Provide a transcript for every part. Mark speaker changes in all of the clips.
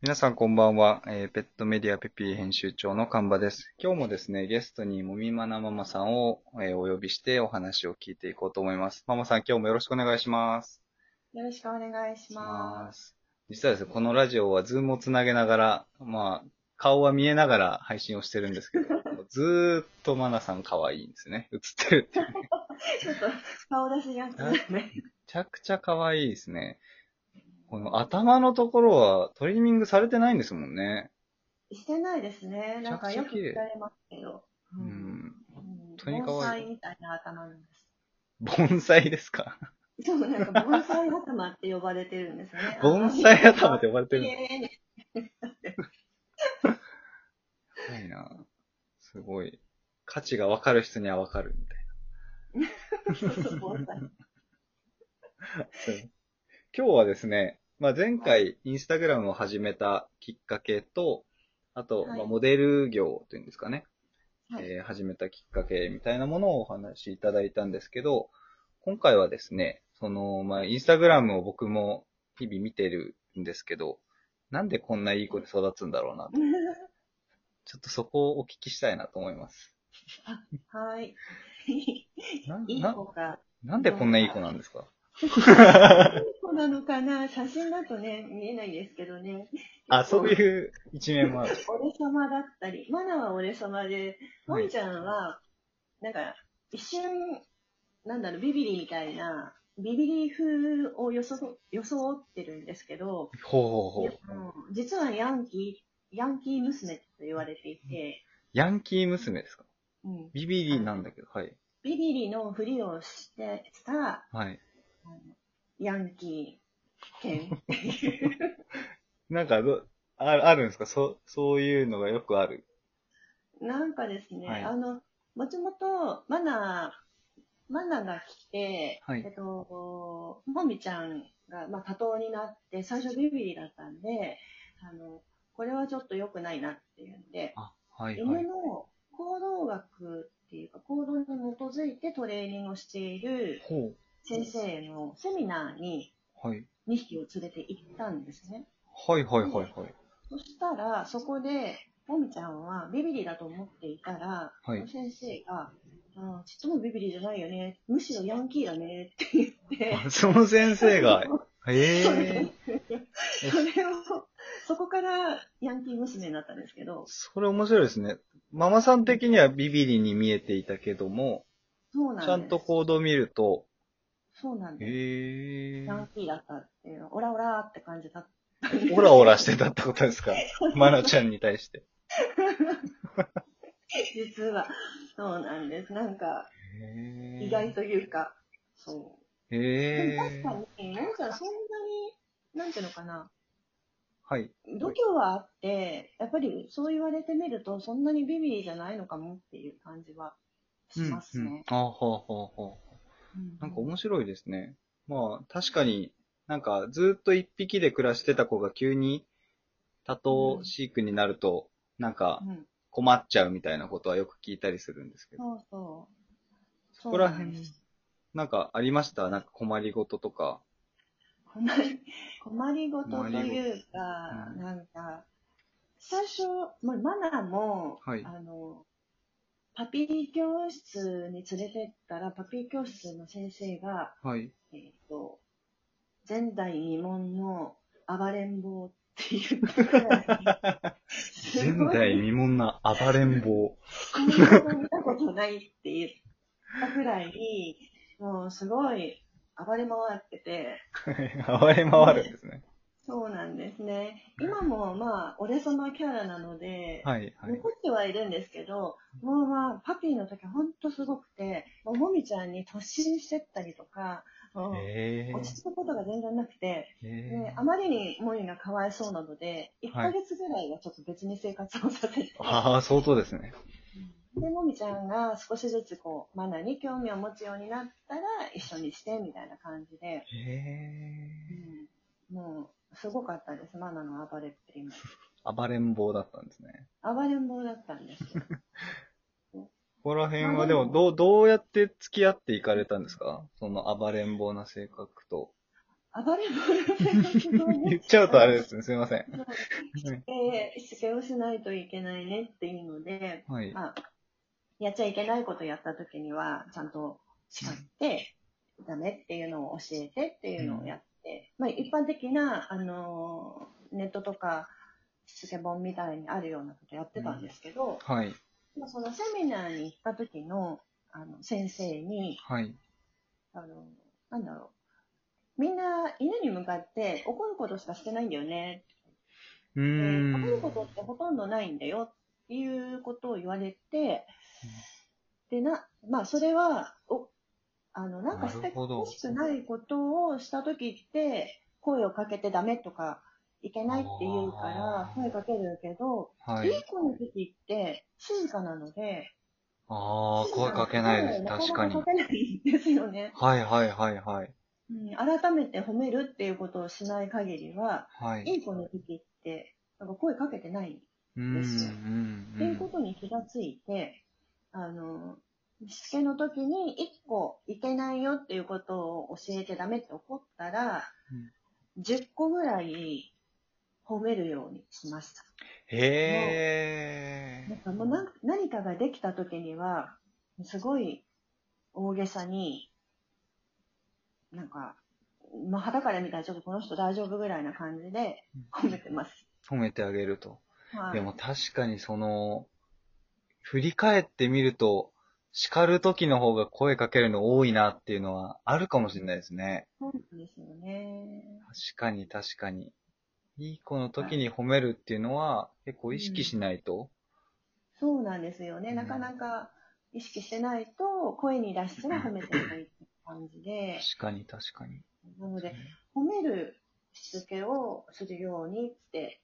Speaker 1: 皆さんこんばんは、えーペットメディアペピー編集長の神場です。今日もですね、ゲストにもみまなママさんを、えーお呼びしてお話を聞いていこうと思います。ママさん今日もよろしくお願いします。
Speaker 2: よろしくお願いします。
Speaker 1: す。実はですね、このラジオはズームをつなげながら、まあ、顔は見えながら配信をしてるん ですけど、ずーっとマナさん可愛いんですね。映ってるっていう。め
Speaker 2: ちょっと顔出しにあったね。
Speaker 1: ちゃくちゃ可愛いですね。この頭のところはトリミングされてないんですもんね。
Speaker 2: してないですね。なんかよく
Speaker 1: めちゃくちゃ綺麗
Speaker 2: 聞かれますけど。
Speaker 1: う。
Speaker 2: うんん
Speaker 1: 当に可愛い
Speaker 2: 盆栽みたいな頭なんで
Speaker 1: 盆栽ですか。
Speaker 2: す。そう、なんか盆栽頭って呼ばれてるんですね
Speaker 1: 盆栽頭って呼ばれて
Speaker 2: 綺
Speaker 1: るの
Speaker 2: 麗に。
Speaker 1: 深いなすごい。価値がわかる人にはわかるみたい
Speaker 2: そうそう盆栽
Speaker 1: な。 今日はですね、まあ、前回インスタグラムを始めたきっかけと、あと、
Speaker 2: はい
Speaker 1: まあモデル業というんですかね、
Speaker 2: はい
Speaker 1: えー始めたきっかけみたいなものをお話しいただいたんですけど、今回はですね、その、まあ、インスタグラムを僕も日々見てるんですけど、なんでこんないい子に育つんだろうなと、ちょっとそこをお聞きしたいなと思います。
Speaker 2: はい。
Speaker 1: なん
Speaker 2: いい
Speaker 1: な
Speaker 2: 子が、
Speaker 1: なんでこんないい子なんですか
Speaker 2: いい子なのかな写真だとね、見えないですけどね。
Speaker 1: あ、そういう一面もある。
Speaker 2: 俺様だったり、マナは俺様で、
Speaker 1: は
Speaker 2: も
Speaker 1: い
Speaker 2: みちゃんは、なんか、一瞬、なんだろう、ビビリみたいな、ビビリ風をよそ装ってるんですけど、
Speaker 1: ほうほうほう。
Speaker 2: うん実はヤンキー、ヤンキー娘と言われていて、
Speaker 1: ヤンキー娘ですか
Speaker 2: うん
Speaker 1: ビビリなんだけど、はい。
Speaker 2: ビビリのふりをしてした
Speaker 1: はい。
Speaker 2: ヤンキー犬。
Speaker 1: なんかど、ああるんですかそ、そういうのがよくある。
Speaker 2: なんかですね、
Speaker 1: はい
Speaker 2: あの、もともと、マナー、マナーが来て、
Speaker 1: はい
Speaker 2: えっと、もみちゃんが、まあ、多頭になって、最初ビビリだったんで、あの、これはちょっと良くないなっていうんで、
Speaker 1: あ、はいは
Speaker 2: 犬
Speaker 1: い。
Speaker 2: の行動学っていうか、行動に基づいてトレーニングをしている
Speaker 1: ほ
Speaker 2: 先生のセミナーに
Speaker 1: う。はい。
Speaker 2: 2匹を連れて行ったんですね。
Speaker 1: はいはいはいはい。
Speaker 2: そしたら、そこで、もみちゃんはビビリだと思っていたら、
Speaker 1: はい
Speaker 2: 先生が、あーちっともビビリじゃないよね。むしろヤンキーだねって言って、
Speaker 1: あ その先生が、え
Speaker 2: そ う
Speaker 1: え
Speaker 2: ね それを、そこからヤンキー娘になったんですけど、
Speaker 1: それ面白いですね。ママさん的にはビビリに見えていたけども、
Speaker 2: そうなんです。
Speaker 1: ちゃんと行動を見ると、
Speaker 2: そうなんです。
Speaker 1: ええ
Speaker 2: ヤンキーだったっていうの、オラオラって感じだった。
Speaker 1: オラオラしてたってことですかマナちゃんに対して。
Speaker 2: 実は、そうなんです。なんか、
Speaker 1: へー
Speaker 2: 意外というか、そう。でも
Speaker 1: へ
Speaker 2: 確
Speaker 1: え
Speaker 2: か。に、ももちゃんそんなに、なんていうのかな、
Speaker 1: はい。
Speaker 2: 度胸はあって、やっぱりそう言われてみると、そんなにビビリじゃないのかもっていう感じはします
Speaker 1: うんうん
Speaker 2: ね。、
Speaker 1: あははは
Speaker 2: うん
Speaker 1: なんか面白いですね。まあ、確かになんかずっと一匹で暮らしてた子が急に多頭飼育になると、なんか
Speaker 2: うん、
Speaker 1: 困っちゃうみたいなことはよく聞いたりするんですけど。
Speaker 2: そうそう。
Speaker 1: そこら
Speaker 2: そうなん
Speaker 1: 辺
Speaker 2: です、
Speaker 1: なんかありましたなんか困りごととか。
Speaker 2: 困り、困りごとという
Speaker 1: 困りご
Speaker 2: か、
Speaker 1: と
Speaker 2: なんか、最初、まあマナーも、
Speaker 1: はい
Speaker 2: あの、パピー教室に連れてったら、パピー教室の先生が、
Speaker 1: はい。
Speaker 2: えっ、と、前代未聞の暴れん坊って言ってくらいす
Speaker 1: 前
Speaker 2: ごい
Speaker 1: 代未聞な暴れん坊。
Speaker 2: こんなこと見たことないって言ったくらい、もうすごい暴れ回ってて、
Speaker 1: 暴れ回るんですね。
Speaker 2: そうなんですね。今もまあ、俺様キャラなので、
Speaker 1: はい、はい。
Speaker 2: 残ってはいるんですけど、もうまあ、パピーの時はほんとすごくて、もうもみちゃんに突進してったりとか、もう
Speaker 1: へえ
Speaker 2: 落ち着くことが全然なくて、
Speaker 1: へ
Speaker 2: で
Speaker 1: え
Speaker 2: あまりにモニがかわいそうなので、1
Speaker 1: はい
Speaker 2: ヶ月ぐらいはちょっと別に生活をさせて、
Speaker 1: ああ、相当ですね。
Speaker 2: で、もみちゃんが少しずつこう、マナに興味を持つようになったら一緒にしてみたいな感じで、
Speaker 1: へえ
Speaker 2: うんもう、すごかったです、マナの暴れっぷりも。
Speaker 1: 暴れん坊だったんですね。
Speaker 2: 暴れん坊だったんですよ。
Speaker 1: ここら辺
Speaker 2: ま
Speaker 1: は
Speaker 2: あ
Speaker 1: で
Speaker 2: でも
Speaker 1: も、どう、どうやって付き合っていかれたんですかその暴れん坊な性格と。
Speaker 2: 暴れん坊のペ
Speaker 1: 言っちゃうとあれですね。すいません。
Speaker 2: しつけ、しつけをしないといけないねっていうので、
Speaker 1: はい。
Speaker 2: まあ、やっちゃいけないことやった時には、ちゃんと叱って、ダメっていうのを教えてっていうのをやって、まあ一般的な、あのーネットとか、しつけ本みたいにあるようなことやってたんですけど、
Speaker 1: はい。
Speaker 2: まあそのセミナーに行った時の、あの、先生に、
Speaker 1: はい。
Speaker 2: あの、なんだろう。みんな犬に向かって怒ることしかしてないんだよね。
Speaker 1: うー
Speaker 2: え
Speaker 1: ん。
Speaker 2: ー怒ることってほとんどないんだよっていうことを言われて、で、な、まあそれは、お、あの、なんかして
Speaker 1: なるほど
Speaker 2: ほしくないことをした時って、声をかけてダメとか、いけないって言うか
Speaker 1: あ
Speaker 2: ら
Speaker 1: ー
Speaker 2: 声かけるけど、、
Speaker 1: はいい
Speaker 2: い。子の時って静かなので、
Speaker 1: ああ、声かけないです。確かに。
Speaker 2: 声かけないですよね。
Speaker 1: はいはいはいはい。
Speaker 2: うん改めて褒めるっていうことをしない限りは、
Speaker 1: はい。
Speaker 2: いい子の時って、なんか声かけてない
Speaker 1: うんうん
Speaker 2: って
Speaker 1: う
Speaker 2: いうこ
Speaker 1: ん。
Speaker 2: とに気がついて、あの、しつけの時に一個いけないよっていうことを教えてダメって怒ったら、10個ぐらい褒めるようにしました。
Speaker 1: へえ。
Speaker 2: なんかもうな何かができた時には、すごい大げさに、なんか、まあ、肌から見たらちょっとこの人大丈夫ぐらいな感じで褒めてます。
Speaker 1: 褒めてあげると。
Speaker 2: はい、
Speaker 1: でも確かにその、振り返ってみると、叱る時の方が声かけるの多いなっていうのはあるかもしれないですね。
Speaker 2: そうなんですよね。
Speaker 1: 確かに確かに。いい子の時に褒めるっていうのは結構意識しないと。
Speaker 2: そうなんですよね。
Speaker 1: うん
Speaker 2: なかなか意識してないと、声に出したら褒めてないって感じで、
Speaker 1: 確かに確かに。
Speaker 2: なので、褒めるしつけをするようにって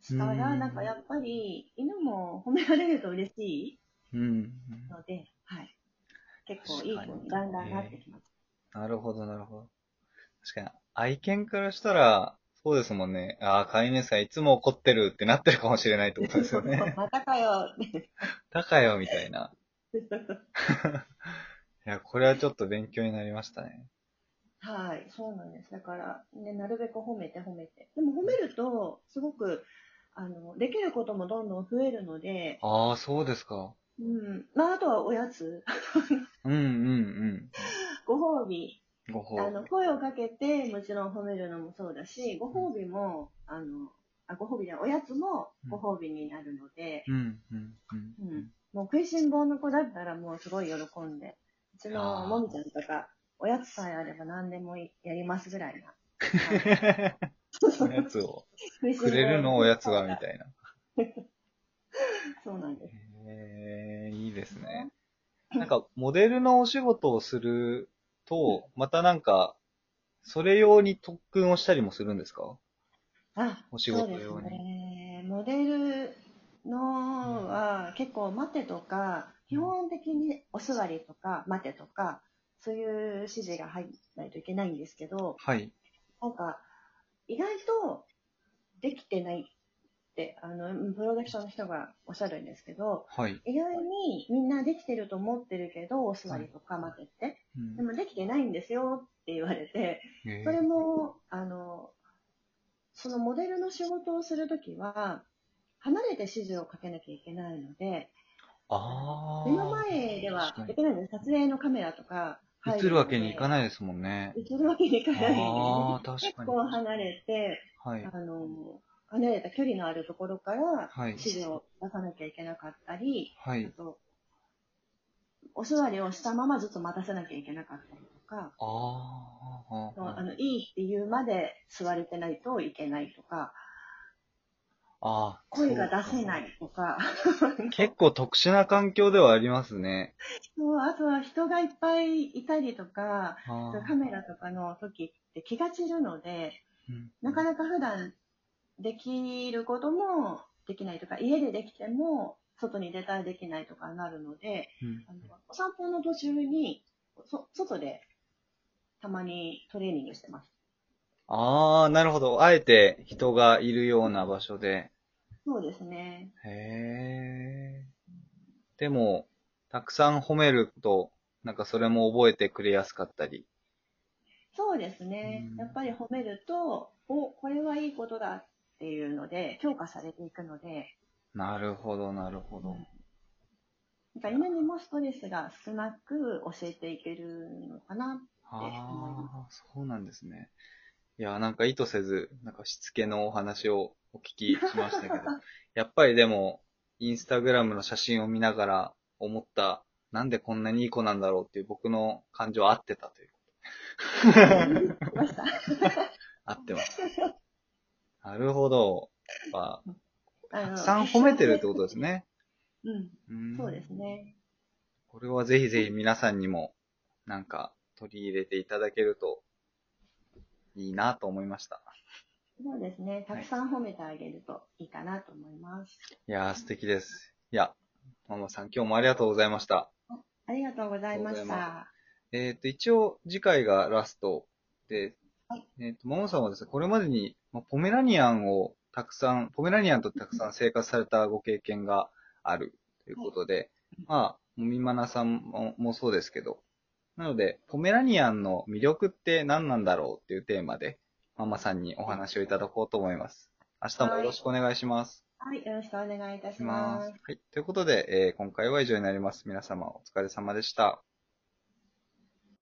Speaker 2: した
Speaker 1: う
Speaker 2: ら、
Speaker 1: ん
Speaker 2: なんかやっぱり犬も褒められると嬉しい
Speaker 1: うんうん。
Speaker 2: ので、はい。結構いい子にだんだんなってきます。
Speaker 1: なるほどなるほど。確かに、愛犬からしたら、そうですもんね。ああ、飼い主さんいつも怒ってるってなってるかもしれないってことですよ ね。
Speaker 2: またかよって。
Speaker 1: だかよ、みたい な。いや、これはちょっと勉強になりましたね。
Speaker 2: はい、そうなんです。だから、ね、なるべく褒めて褒めて。でも褒めると、すごく、あの、できることもどんどん増えるので、
Speaker 1: ああ、そうですか。
Speaker 2: うん。まあ、あとはおやつ。
Speaker 1: うんうん
Speaker 2: ご褒美。
Speaker 1: うん。ご褒
Speaker 2: あ
Speaker 1: 美。
Speaker 2: の、声をかけて、もちろん褒めるのもそうだし、ご褒美も、あの、あ、ご褒美じゃないおやつもご褒美になるので、
Speaker 1: うんうんうん。
Speaker 2: うん。もう食いしん坊の子だったらもうすごい喜んで、うち
Speaker 1: あ
Speaker 2: の
Speaker 1: ー
Speaker 2: もみちゃんとか、おやつさえあれば何でもやりますぐらいな。
Speaker 1: おやつを。
Speaker 2: 食いしん
Speaker 1: く
Speaker 2: 坊
Speaker 1: れるのおやつは、みたいな。
Speaker 2: そうなんです。
Speaker 1: へえいいですね。なんか、モデルのお仕事をすると、またなんか、それ用に特訓をしたりもするんですか
Speaker 2: あ、
Speaker 1: お仕事
Speaker 2: そうで
Speaker 1: 用
Speaker 2: す
Speaker 1: に
Speaker 2: ね。モデルのは結構待てとか、基本的にお座りとか待てとか、そういう指示が入らないといけないんですけど、
Speaker 1: はい。
Speaker 2: なんか意外とできてないって、あの、プロダクションの人がおっしゃるんですけど、
Speaker 1: はい。
Speaker 2: 意外にみんなできてると思ってるけど、お座りとか待てって、
Speaker 1: うん
Speaker 2: でもできてないんですよって言われて、
Speaker 1: へえ
Speaker 2: それも、あの、そのモデルの仕事をするときは、離れて指示をかけなきゃいけないので、
Speaker 1: ああ。
Speaker 2: 目の前では
Speaker 1: 確か
Speaker 2: いけないので、撮影のカメラとか
Speaker 1: に映るわけにいか
Speaker 2: ない。
Speaker 1: ないですもんね。
Speaker 2: 映るわけにいかない
Speaker 1: あ
Speaker 2: の
Speaker 1: あ、確
Speaker 2: で、
Speaker 1: か
Speaker 2: 結
Speaker 1: に。
Speaker 2: 構離れて、
Speaker 1: はい。
Speaker 2: あの、離れた距離のあるところから
Speaker 1: はい
Speaker 2: 指。示を出さなきゃいけなかったり、
Speaker 1: は
Speaker 2: あ
Speaker 1: い。
Speaker 2: と、お座りをしたままずっと待たせなきゃいけなかったりとか、
Speaker 1: あーあー。
Speaker 2: あのいいって言うまで座れてないといけないとか、
Speaker 1: ああ
Speaker 2: 声が出せ
Speaker 1: い。
Speaker 2: ないとか、
Speaker 1: 結構特殊な環境ではありますね。
Speaker 2: そうあとは人がいっぱいいたりとか、
Speaker 1: あー
Speaker 2: カメラとかの時って気が散るので、
Speaker 1: うん
Speaker 2: なかなか普段できることもできないとか、家でできても外に出たらできないとかになるので、
Speaker 1: うん
Speaker 2: あのお散歩の途中にそ外でたまにトレーニングしてます。
Speaker 1: ああ、なるほど。あえて人がいるような場所で。
Speaker 2: そうですね。
Speaker 1: へえ。でも、たくさん褒めると、なんかそれも覚えてくれやすかったり。
Speaker 2: そうですね
Speaker 1: うん。
Speaker 2: やっぱり褒めると、お、これはいいことだっていうので、評価されていくので、
Speaker 1: なるほど、なるほど。
Speaker 2: なんか今にもストレスが少なく教えていけるのか な。
Speaker 1: ああ、そうなんですね。いや、なんか意図せず、なんかしつけのお話をお聞きしましたけ ど、やっぱりでも、インスタグラムの写真を見ながら思った、なんでこんなにいい子なんだろうっていう僕の感情は合ってたという。
Speaker 2: 来ました。
Speaker 1: 合って ます。なるほど。やっぱ
Speaker 2: あの
Speaker 1: たくさん褒めてるってことです。ね。
Speaker 2: うん、
Speaker 1: ん
Speaker 2: そうです。ね。
Speaker 1: これはぜひぜひ皆さんにも、なんか、取り入れていただけると、いいなと思いました。
Speaker 2: そうですね。たくさん褒めてあげるといいかなと思います。
Speaker 1: いやー、素敵です。いや、ママさん、今日もありがとうございました。
Speaker 2: ありがとうございま
Speaker 1: あ
Speaker 2: し
Speaker 1: りがとうござい
Speaker 2: た。
Speaker 1: えっ、と、一応、次回がラストで、
Speaker 2: はい
Speaker 1: えっ、と、ママさんはですね、これまでに、まあポメラニアンをたくさん、ポメラニアンとたくさん生活されたご経験があるということで、まあ、もみまなさんももそうですけど、なので、ポメラニアンの魅力って何なんだろうっていうテーマで、ママさんにお話をいただこうと思います。明日もよろしくお願いします。
Speaker 2: はい、よろしくお願いいた
Speaker 1: し
Speaker 2: し
Speaker 1: ま
Speaker 2: ますす。。
Speaker 1: はい。ということで、えー今回は以上になります。皆様お疲れ様でした。